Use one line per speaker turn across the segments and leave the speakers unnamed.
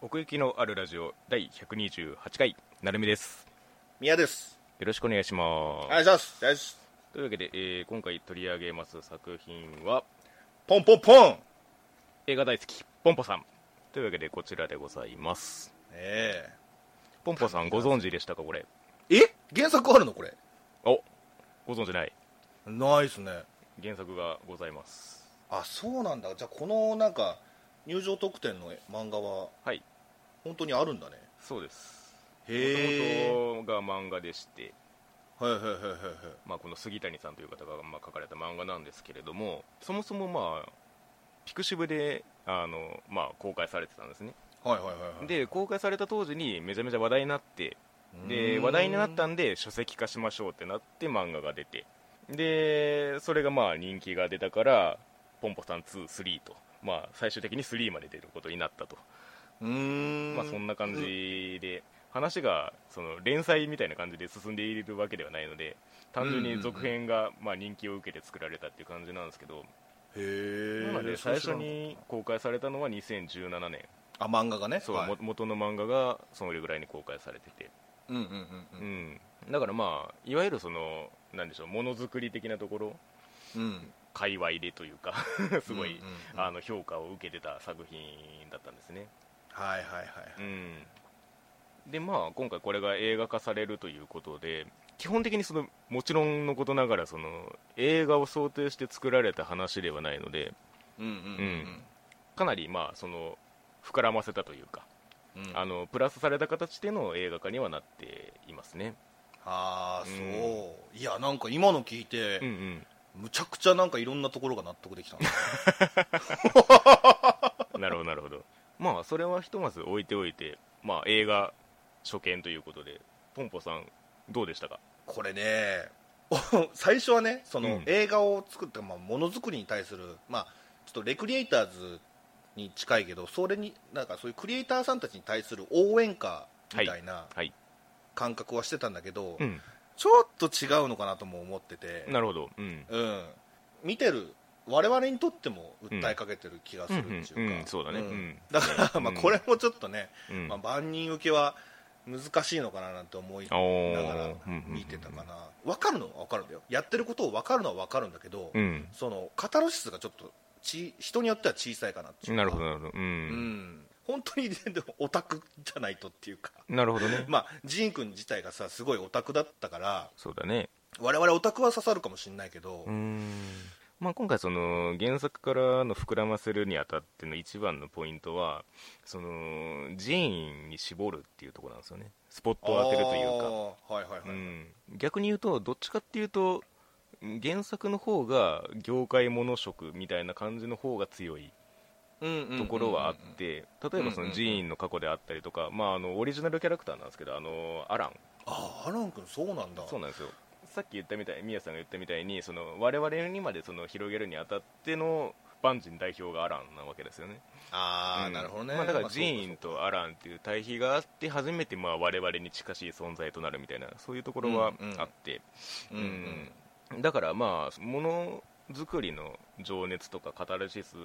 奥行きのあるラジオ第128回なるみです
宮です。
よろしくお願いします、
お願いします。よし
というわけで、えー今回取り上げます作品は
ポンポンポン。
映画大好きポンポさんというわけでこちらでございます
え
ポンポさんご存知でしたかこれ
ええ原作あるのこれ。
おご存知ない
ないですね。
原作がございます
あ、そうなんだ。じゃあこのなんか入場特典の漫画は
はい
本当にあるんだね。
そうです
え。
もともとが漫画でして、
はいはいはいはいはい。
まあ、この杉谷さんという方がまあ書かれた漫画なんですけれどもそもそもまあピクシブであの、まあ、公開されてたんですね
はいはいはいはい。
で公開された当時にめちゃめちゃ話題になってで
うーん
話題になった。んで書籍化しましょうってなって漫画が出てでそれがまあ人気が出たからポンポさん23と、まあ、最終的に3まで出ることになったと、
うーん。
まあ、そんな感
うん。
じで話がその連載みたいな感じで進んでいるわけではないので単純に続編がまあ人気を受けて作られたっていう感じなんですけど
へえ。
なので
そう
最
知
初
らなかった
に。公開されたのは2017年
あ、漫画がね。
そう、
はい
も元の漫画がそれぐらいに公開されてて、
うんうんう
うんん、だからまあいわゆるそのなんでしょうものづくり的なところ
うん。うん。
界隈でというか すごい、
うんうんうん
あの評価を受けてた作品だったんですね、
はいはいはいは
う
い。
ん、でまあ今回これが映画化されるということで基本的にそのもちろんのことながらその映画を想定して作られた話ではないので
うんうん
かなりまあその膨らませたというか
うんうん。
あのプラスされた形での映画化にはなっていますね、
ああ
う
そ
ん
う、いやなんか今の聞いて、
うんうん、
むちゃくちゃなんかいろんなところが納得できた な
なるほどなるほどまあそれはひとまず置いておいて、まあ、映画初見ということでポンポさんどうでしたか
これね 最初はねその、
うん
映画を作った、まあ、ものづくりに対する、まあ、ちょっとレクリエイターズに近いけどそれになんかそういうクリエイターさんたちに対する応援歌みたいな
はい、
感覚はしてたんだけど、
うん、
ちょっと違うのかなとも思ってて、
なるほど、うん、
うん、見てる我々にとっても訴えかけてる気がするっていうか、
うんうんうんうんそうだね
ん
うん
だから、まあ、
うん
これもちょっとね、
うん
まあ、万人受けは難しいのかななんて思いな
おー
がら見てたかな分かるのは分かるんだよやってることを分かるのは分かるんだけど、
うん
そのカタルシスがちょっとち人によっては小さいかなっていうか
なるほどなるほどう、
うんん、本当に、ね、でもオタクじゃないとってい うか、
なるほどね、
まあ、ジーン君自体がさすごいオタクだったから
そうだね
我々オタクは刺さるかもしれないけど、
うーんまあ、今回その原作からの膨らませるにあたっての一番のポイントはその寺院に絞るっていうところなんですよねスポットを当てるというか
あーはいはいはい、
うん、逆に言うとどっちかっていうとうん原作の方が業界もの色みたいな感じの方が強いと
と
ころはあって、例えばそのジーンの過去であったりとか、まあ、あのオリジナルキャラクターなんですけどあのアラン
あアラン君そうなんだ
そうなんですよさっき言ったみたい宮さんが言ったみたいにその我々にまでその広げるにあたっての万人代表がアランなわけですよね
ああ、
うん
なるほどね、
まあ、だから
そう
ジーンとアランっていう対比があって初めてまあ我々に近しい存在となるみたいなそういうところは
うんうん
あって、
そううんうん
だからまあものづくりの情熱とかカタルシス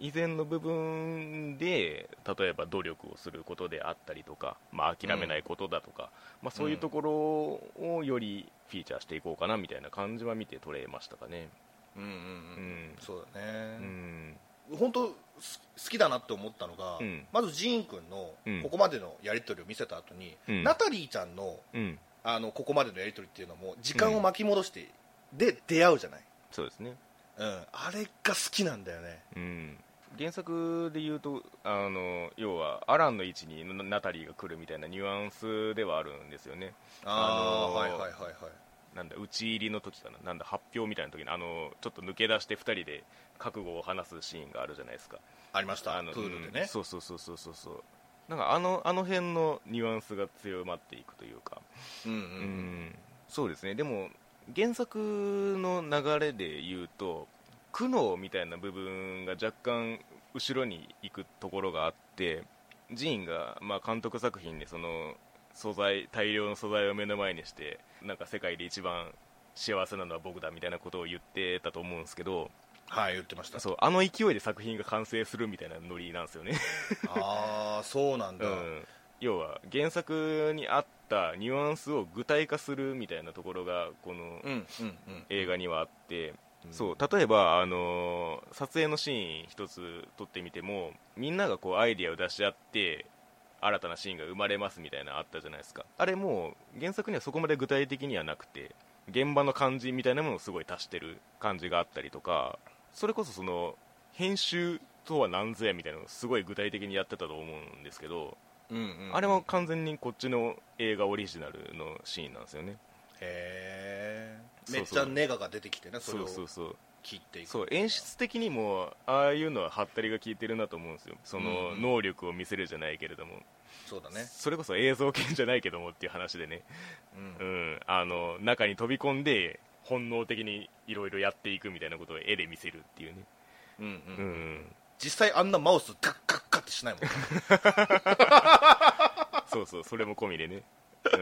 以前の部分で例えば努力をすることであったりとか、まあ、諦めないことだとか、まあ、そういうところをよりフィーチャーしていこうかなみたいな感じは見て取れましたかね。
うんう
う
んうん
ん
そうだ
う
ね、
ん
本当す好きだなって思ったのが、
うん
まずジーン君の
うん
ここまでのやり取りを見せた後に、
うん
ナタリーちゃんの
うん、
あのここまでのやり取りっていうのも時間を巻き戻して、で出会うじゃない、
そうですね、
うん、あれが好きなんだよね
うん、原作で言うとあの要はアランの位置にナナタリーが来るみたいなニュアンスではあるんですよね
あ
あのー
あ、はいはいはいはい
なんだ打ち入りの時かななんだ発表みたいな時にあのちょっと抜け出して2人で覚悟を話すシーンがあるじゃないですか
ありました
あの
プールで
うん
ね、
そうそうそうそうそうそうなんかあのあの辺のニュアンスが強まっていくというか
うんうん
うん、
うん
そうですねでも原作の流れで言うと苦悩みたいな部分が若干後ろに行くところがあってジーンが、まあ、監督作品でその素材大量の素材を目の前にしてなんか世界で一番幸せなのは僕だみたいなことを言ってたと思うんですけど
はい言ってました
そうあの勢いで作品が完成するみたいなノリなんですよね、
ああそうなん
う
だ、
ん、要は原作にあったニュアンスを具体化するみたいなところがこの
うんうん
映画にはあって、
うん
そう例えば、あのー撮影のシーン一つ撮ってみてもみんながこうアイディアを出し合って新たなシーンが生まれますみたいなのあったじゃないですかあれもう原作にはそこまで具体的にはなくて現場の感じみたいなものをすごい足してる感じがあったりとかそれこそその編集とは何ぞやみたいなのをすごい具体的にやってたと思うんですけど、
うんうんうん
あれは完全にこっちの映画オリジナルのシーンなんですよね
へえ
そうそう
めっちゃネガが出てきてねそ
そ
れを
うそうそう
切っていく
そう演出的にもああいうのはハったりが効いてるなと思うんですよそ
うん
の
うん
能力を見せるじゃないけれども、
そうだね、
それこそ映像系じゃないけどもっていう話でね、
うん
うん、あの中に飛び込んで本能的にいろいろやっていくみたいなことを絵で見せるっていうね、
うんうん
うん
実際あんなマウスカッカッカッってしない もんね、
そうそうそれも込みで ね、うん、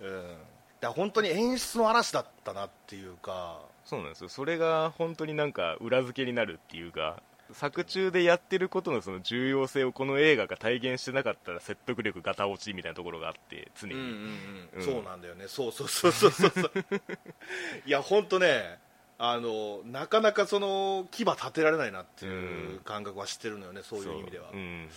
うん、だから本当に演出の嵐だったなっていうか
そうなんですよそれが本当になんか裏付けになるっていうか作中でやってることのその重要性をこの映画が体現してなかったら説得力ガタ落ちみたいなところがあって常に、うん
そうなんだよねそうそうそうそ うそうそういや本当ねあのなかなかその牙立てられないなっていう
うん
感覚は知ってるのよね、そういう意味では、
うん、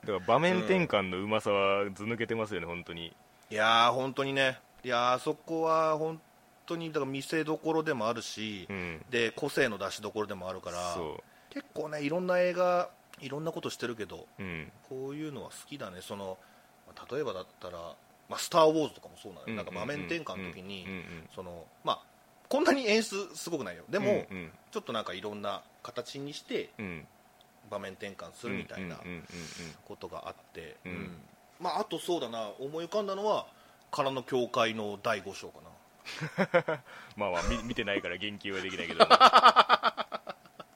だから場面転換のうまさはず抜けてますよね、本当に
いやー本当にねいやーあそこは本当にだから見せどころでもあるし、
うん
で個性の出しどころでもあるから
そ
結構ねいろんな映画いろんなことしてるけど
う、うん、
こういうのは好きだねそのまあ例えばだったら「まあ、スター・ウォーズ」とかもそうなのよ、なんか場面転換の時に、
うんうん
そのまあこんなに演出すごくないよで
うん
も、
うんうん
ちょっとなんかいろんな形にして
うん
場面転換するみたい
う
な
んうんうん
ことがあって、
うん
うんまあ、あとそうだな思い浮かんだのは「空の教会」の第5章かな
まあまあ見見てないから言及はできないけ ど、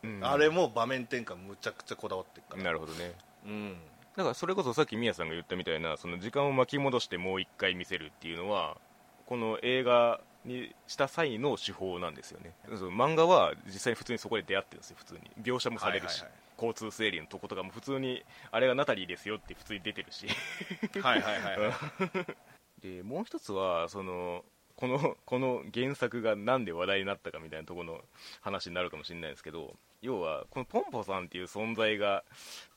うん
あれも場面転換むちゃくちゃこだわってるから、
なるほどね
うん、
だからそれこそさっき宮さんが言ったみたいなその時間を巻き戻してもう一回見せるっていうのはこの映画にした際の手法なんですよねそう漫画は実際に普通にそこで出会ってるんですよ普通に描写もされるし、
はいはいはい
交通整理のとことかも普通にあれがナタリーですよって普通に出てるし
はいはいはい、 はい、
でもう一つはそのこのこの原作がなんで話題になったかみたいなところの話になるかもしれないですけど要はこのポンポさんっていう存在が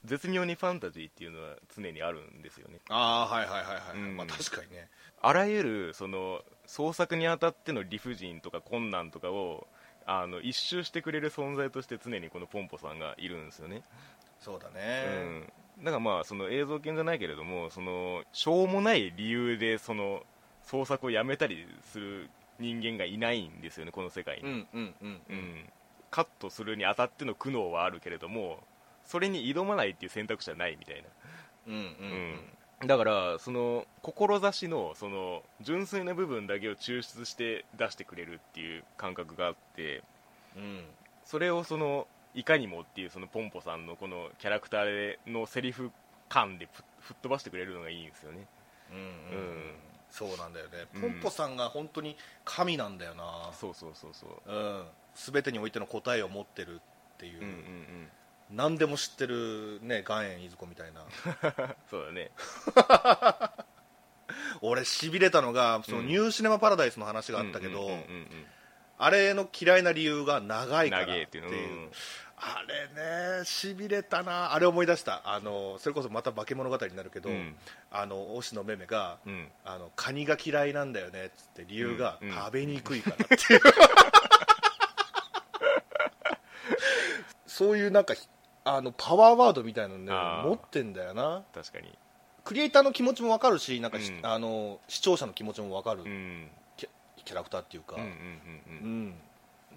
絶妙にファンタジーっていうのは常にあるんですよね
ああはいはいはいは
う
い、
ん
まあ、確かにね
あらゆるその創作にあたっての理不尽とか困難とかをあの一周してくれる存在として常にこのポンポさんがいるんですよね、
そうだ
う
ね、
ん、だからまあその映像犬じゃないけれどもそのしょうもない理由でその創作をやめたりする人間がいないんですよねこの世界に、
んうんうんう
うんんカットするにあたっての苦悩はあるけれどもそれに挑まないっていう選択肢はないみたいな
うんうん
だからその志のその純粋な部分だけを抽出して出してくれるっていう感覚があって
うん
それをそのいかにもっていうそのポンポさんのこのキャラクターのセリフ感でふ吹っ飛ばしてくれるのがいいんですよね
うんう
うんん
そうなんだよね、
うん
ポンポさんが本当に神なんだよな
そうそうそうそう
うん、全てにおいての答えを持ってるってい
う
う、
んうんうん
何でも知ってるね岩塩いずこみたいな
そうだね
俺しびれたのがその
うん
ニューシネマ・パラダイスの話があったけ
うん
ど
うんうんうん
あれの嫌いな理由が長いからっ
長えってて
い
いううのうん
あれねしびれたなあれ思い出したあのそれこそまた化け物語になるけど、
うん
あの押野めめが、
うん
あのカニが嫌いなんだよねっつって理由が、
うんうん
食べにくいからっていうそういうなんかあのパワーワードみたいなのね
あー
持ってんだよな
確かに
クリエイターの気持ちも分かるしなんかし、
うん
あの視聴者の気持ちも分かる、
うん
キャキャラクターっていうか
うんうんうんうん
うん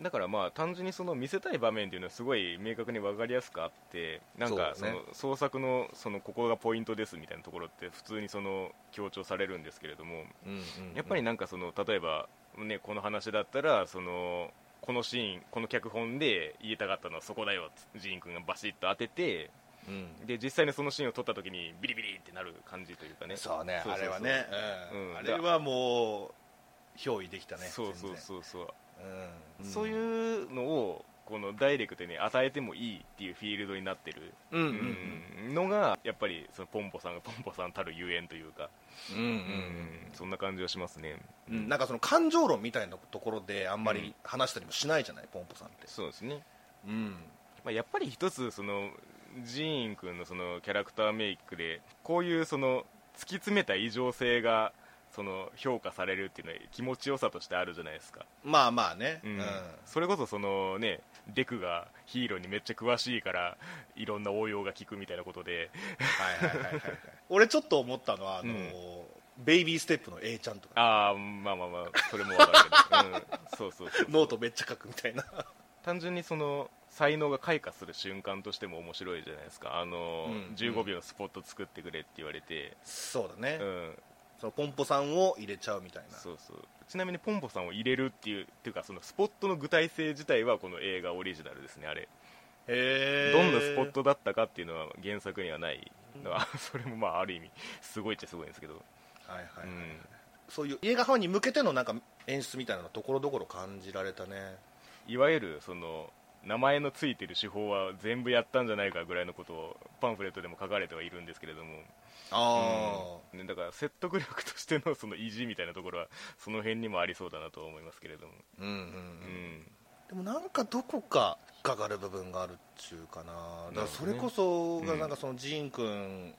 だからまあ単純にその見せたい場面っていうのはすごい明確に分かりやすくあってなんか
そう
そ
だね
の創作のそのここがポイントですみたいなところって普通にその強調されるんですけれども
うんうんうん
やっぱりなんかその例えばねこの話だったらそのこのシーンこの脚本で言いたかったのはそこだよってジーン君がバシッと当てて
うん
で実際にそのシーンを撮った時にビリビリってなる感じというかね
そうね
そうそうそう
あれはね、うん
うん
あれはもう憑依できたね
そうそう
全然
そうそう
うん
そういうのをこのダイレクトに与えてもいいっていうフィールドになってる、
うんう
うんのがやっぱりそのポンポさんがポンポさんたるゆえんというか、
うんうん
うんそんな感じはしますね、
うんなんかその感情論みたいなところであんま
う
り
ん
話したりもしないじゃない、ポンポさんって
そうですね、
うん
まあ、やっぱり一つそのジーン君のそのキャラクターメイクでこういうその突き詰めた異常性がその評価されるっていうのは気持ちよさとしてあるじゃないですか
まあまあね、
うんそれこそそのねデクがヒーローにめっちゃ詳しいからいろんな応用が効くみたいなことで
はいはいはいはいはい俺ちょっと思ったのはあのー、ベイビーステップの A ちゃんとか
ああまあまあまあそれもわかるけど、うん、そうそうそう
ノートめっちゃ書くみたいな
単純にその才能が開花する瞬間としても面白いじゃないですかあの、
うん
15秒のスポット作ってくれって言われて、
そうだね、
うん、
そのポンポさんを入れちゃうみたいな
そうそうちなみにポンポさんを入れるっていうっていうかそのスポットの具体性自体はこの映画オリジナルですねあれ
へえ
どんなスポットだったかっていうのは原作にはないのは、 それもまあある意味すごいっちゃすごいんですけど、
はいはい、は
う
い
ん
そういう映画ファンに向けてのなんか演出みたいなのところどころ感じられたね
いわゆるその名前のついてる手法は全部やったんじゃないかぐらいのことをパンフレットでも書かれてはいるんですけれども、
あ
うんね、だから説得力としてのその意地みたいなところはその辺にもありそうだなと思いますけれども、
あ、うんうん
うん
でもなんかどこか引っかかる部分があるっちゅうかなだからそれこそ
なるほどねう
が
ん
なんかそのジーン君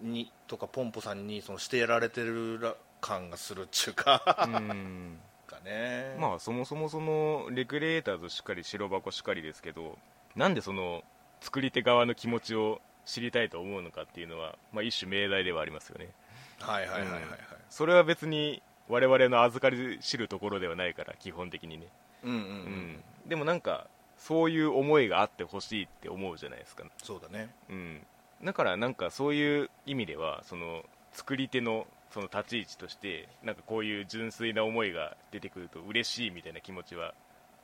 にとかポンポさんにそのしてやられてるら感がするっちゅうか
うん
かね
まあそもそもそのレクリエーターズしっかり白箱しっかりですけどなんでその作り手側の気持ちを知りたいと思うのかっていうのは、まあ、一種命題ではありますよね
はいはいはいはいはい、
それは別に我々の預かり知るところではないから基本的にね、
うんうん、う
うん
ん、
でもなんかそういう思いがあってほしいって思うじゃないですか、
そうだね
うん、だからなんかそういう意味ではその作り手のその立ち位置としてなんかこういう純粋な思いが出てくると嬉しいみたいな気持ちは、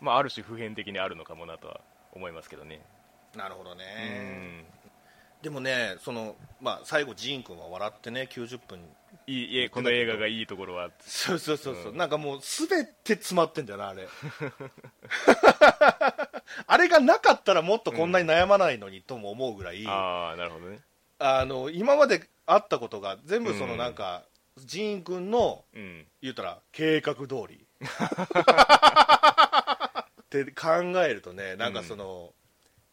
まあ、ある種普遍的にあるのかもなとは思いますけどね、
なるほどね、
うん
でもねその、まあ、最後ジーン君は笑ってね90分
いいえこの映画がいいところは
そうそうそうそう、
うん
なんかもう全て詰まってんだよなあ れあれがなかったらもっとこんなに悩まないのにとも思うぐらい、あ
ああなるほどね
の今まであったことが全部そうの
ん
なんか、ジーン君の
うん
言うたら計画通 りって考えるとねなんかその、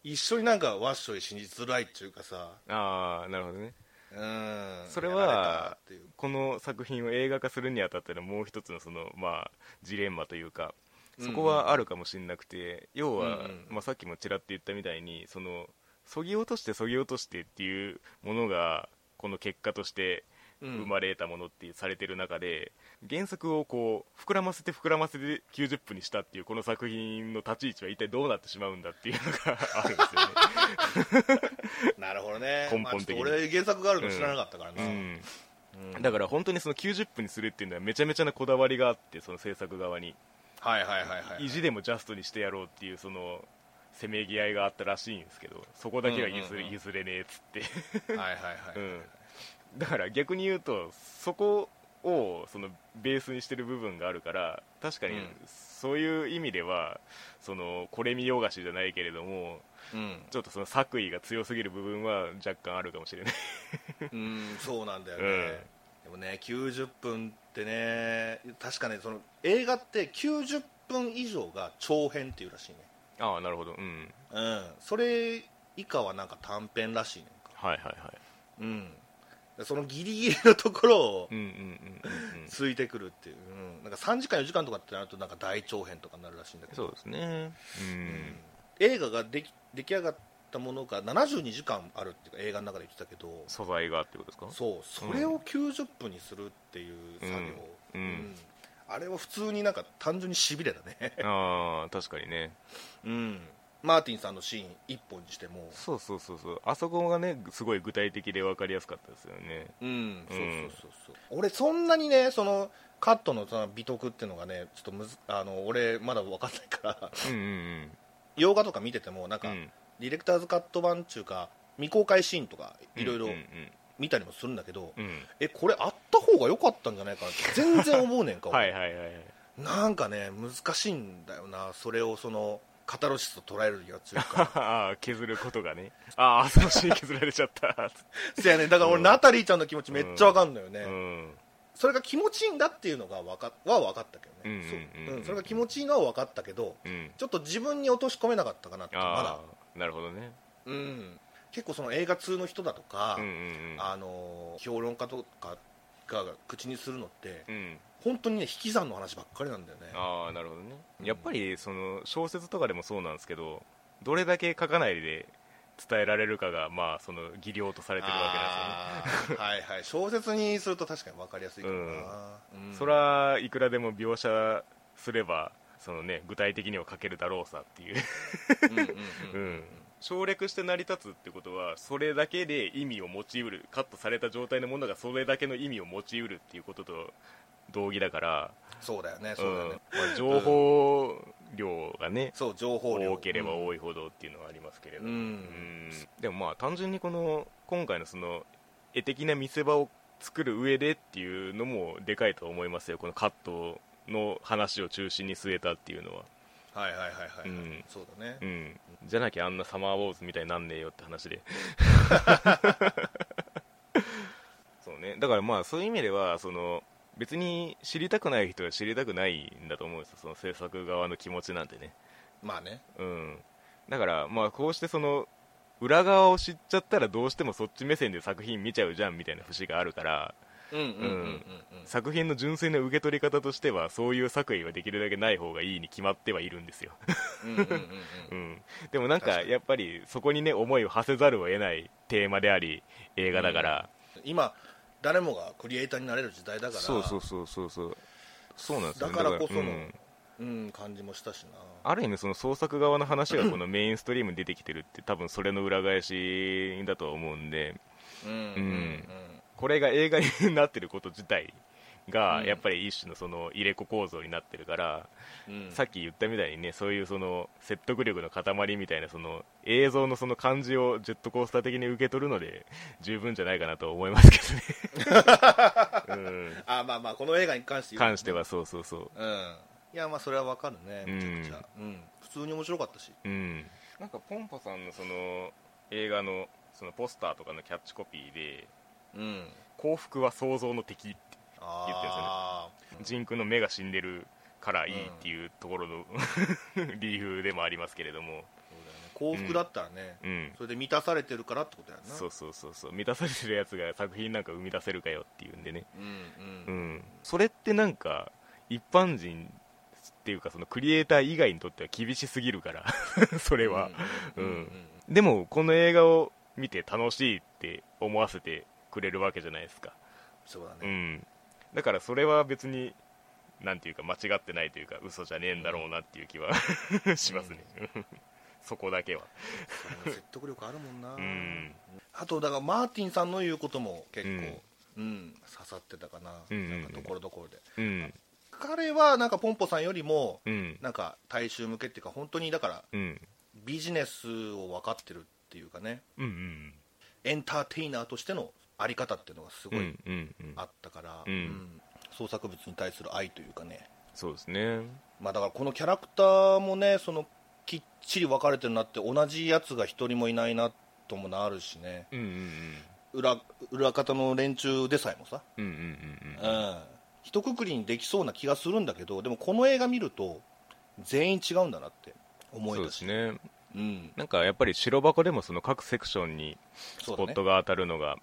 一緒になんかわっしょいしにづらいっていうかさ
ああなるほどね
うん
それは
やらたっていう
この作品を映画化するにあたってのもう一つのその、まあ、ジレンマというかそこはあるかもしれなくて、要は、
うんうん
まあ、さっきもちらっと言ったみたいにそのそぎ落としてそぎ落としてっていうものがこの結果として
うん
生まれ得たものってされてる中で、原作をこう膨らませて膨らませて90分にしたっていうこの作品の立ち位置は一体どうなってしまうんだっていうのが あるんですよね。
なるほどね
根本的に
まあちょっと俺原作があるの知らなかったから
う
な、
ん
うん
だから本当にその90分にするっていうのはめちゃめちゃなこだわりがあってその制作側に
はいはいはいはい
意地でもジャストにしてやろうっていうそのせめぎ合いがあったらしいんですけどそこだけは譲,、
うんうんうん
譲れねえっつって、
はいはいはい、
うん、だから逆に言うとそこをそのベースにしてる部分があるから確かに
うん
そういう意味ではそのこれ見よがしじゃないけれども
うん
ちょっとその作為が強すぎる部分は若干あるかもしれない
うんそうなんだよね、
う
でもね90分ってね確かねその映画って90分以上が長編っていうらしいね
ああなるほどうん
うんそれ以下はなんか短編らしいね
はいはいはい
うんそのギリギリのところを
うんうんうんうんうん
ついてくるっていう、うん、なんか3時間4時間とかってなるとなんか大長編とかになるらしいんだけど
そうですね
映画ができ出来上がったものが72時間あるっていうか映画の中で言ってたけど
素材がってことですか
そうそれを90分にするっていう作業、
うんうん
あれは普通になんか単純にしびれだ ね、
ああ確かにね
うん、マーティンさんのシーン1本にしても
そうそうそうそうあそこがねすごい具体的で分かりやすかったですよね
うんそううそ
ん
うそうそう、俺そんなにねそのカットのその美徳っていうのがねちょっとむずあの俺まだ分かんないから
うんうん
洋画とか見ててもなん
う
か、
んうん
ディレクターズカット版っていうか未公開シーンとかいろいろ
うんうん
見たりもするんだけど、
うん
えこれあった方が良かったんじゃないかなって 全然思うねんか
はいはいはいはい
なんかね難しいんだよなそれをそのカタロシスと捉えるには強いから
あ あ削ることがねああそのシーン削られちゃ った、
せやねだから俺、
うん
ナタリーちゃんの気持ちめっちゃわかんのよね、
うん、
それが気持ちいいんだっていうのがわかは分かったけどね、
うんうんうんうん
そううんそれが気持ちいいのは分かったけど
うん、
ちょっと自分に落とし込めなかったかなってまだ
あ、あなるほどね
うん、結構その映画通の人だとか、
うんうんうん
あのー評論家とかが口にするのって
うん
本当にね引き算の話ばっかりなんだよね
ああなるほどね
うん
やっぱりその小説とかでもそうなんですけどどれだけ書かないで伝えられるかがまあその技量とされてるわけなんですよね
あーはいはい小説にすると確かに分かりやすいかもな、うん
そらいくらでも描写すればそのね具体的には書けるだろうさっていう、
うんうんう
うんん、 省略して成り立つってことはそれだけで意味を持ちうるカットされた状態のものがそれだけの意味を持ちうるっていうことと同義だから
そうだよねそうだよね、
うんまあ情報量がね、
そう情報量
多ければ多いほどっていうのはありますけれど、
うん
うんでもまあ単純にこの今回のその絵的な見せ場を作る上でっていうのもでかいと思いますよこのカットの話を中心に据えたっていうのは、
はいはいはいはい、
うん
そうだね、
うん、じゃなきゃあんなサマーウォーズみたいになんねえよって話でそうねだからまあそういう意味ではその別に知りたくない人は知りたくないんだと思うんですよその制作側の気持ちなんてね
まあね
うん、だから、まあ、こうしてその裏側を知っちゃったらどうしてもそっち目線で作品見ちゃうじゃんみたいな節があるから
うんうんうんうんうん
作品の純粋な受け取り方としてはそういう作為はできるだけない方がいいに決まってはいるんですよ、
うんうんうんうん
うん、でもなん
確
か
かに
やっぱりそこにね思いを馳せざるを得ないテーマであり映画だから、
今誰もがクリエイターになれる時代だから
そうそうそうそうそうそうなんですよ
だからこその
うん
うん、感じもしたしな
ある意味その創作側の話がこのメインストリームに出てきてるって多分それの裏返しだと思うんで
うんうん
これが映画になってること自体が
うん
やっぱり一種のその入れ子構造になってるから、
うんうん
さっき言ったみたいにねそういうその説得力の塊みたいなその映像のその感じをジェットコースター的に受け取るので十分じゃないかなと思いますけ どね、うん
あまあまあこの映画に関して言う
関してはそうそうそう
うんいやまあそれはわかるねめちゃくちゃ、うん普通に面白かったし
うん、なんかポンポさんのその映画のそのポスターとかのキャッチコピーで
うん
幸福は想像の敵って
あ
ジンクの目が死んでるからいいっていうところの、 理由でもありますけれども、
あそうだよね幸福だったらね、
うん、
それで満たされてるからってことやな
そうそうそうそう満たされてるやつが作品なんか生み出せるかよっていうんでね、
うんう
うんん、それってなんか一般人っていうかそのクリエイター以外にとっては厳しすぎるから それは、
うんうん
うんでもこの映画を見て楽しいって思わせてくれるわけじゃないですか
そうだ
う
ね、
ん、だからそれは別になんていうか間違ってないというか嘘じゃねえんだろうなっていう気はしますね、そこだけは
それも説得力あるもんな、
うん
あとだからマーティンさんの言うことも結構、うん刺さってたかな,、
うんうんうん
なんかところどころで
うん
彼はなんかポンポさんよりも
うん
なんか大衆向けっていうか本当にだから
うん
ビジネスを分かってるっていうかね
うんうん
エンターテイナーとしてのあり方っていうのがす
う
ごい
んうんうん
あったから、
うん
創作物に対する愛というかね、
そうですね
まあ、だからこのキャラクターもねそのきっちり分かれてるなって同じやつが一人もいないなともなるしね
うんうん
裏裏方の連中でさえもさ、
うんうんうん
うん一括りにできそうな気がするんだけどでもこの映画見ると全員違うんだなって
うん
思
そう
え
で
た
す
し
ね
うん
なんかやっぱり白箱でもその各セクションに
そ
ス
うだ
ポ
ね
ットが当たるのが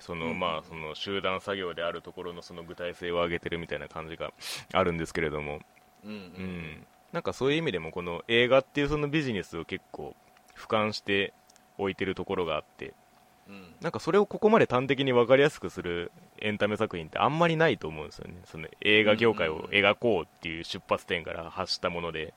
そ
うんう
の
ん
まあその集団作業であるところのその具体性を上げてるみたいな感じがあるんですけれども
うんうん
うんなんかそういう意味でもこの映画っていうそのビジネスを結構俯瞰して置いてるところがあって
うん
なんかそれをここまで端的に分かりやすくするエンタメ作品ってあんまりないと思うんですよねその映画業界を描こうっていう出発点から発したもので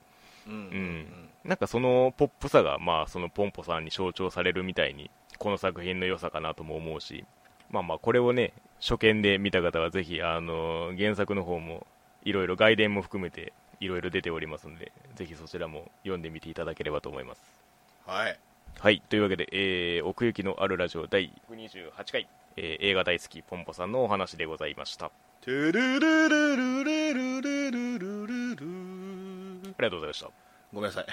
うんうんう
うんんなんかそのポップさがまあそのポンポさんに象徴されるみたいにこの作品の良さかなとも思うしまあまあこれをね初見で見た方はぜひあの原作の方もいろいろ外伝も含めていろいろ出ておりますのでぜひそちらも読んでみていただければと思います
はい
はいというわけで、えー奥行きのあるラジオ第128回、えー映画大好きポンポさんのお話でございましたあ
トゥルルルルルルルルルルル
りがとうございました
ごめんなさい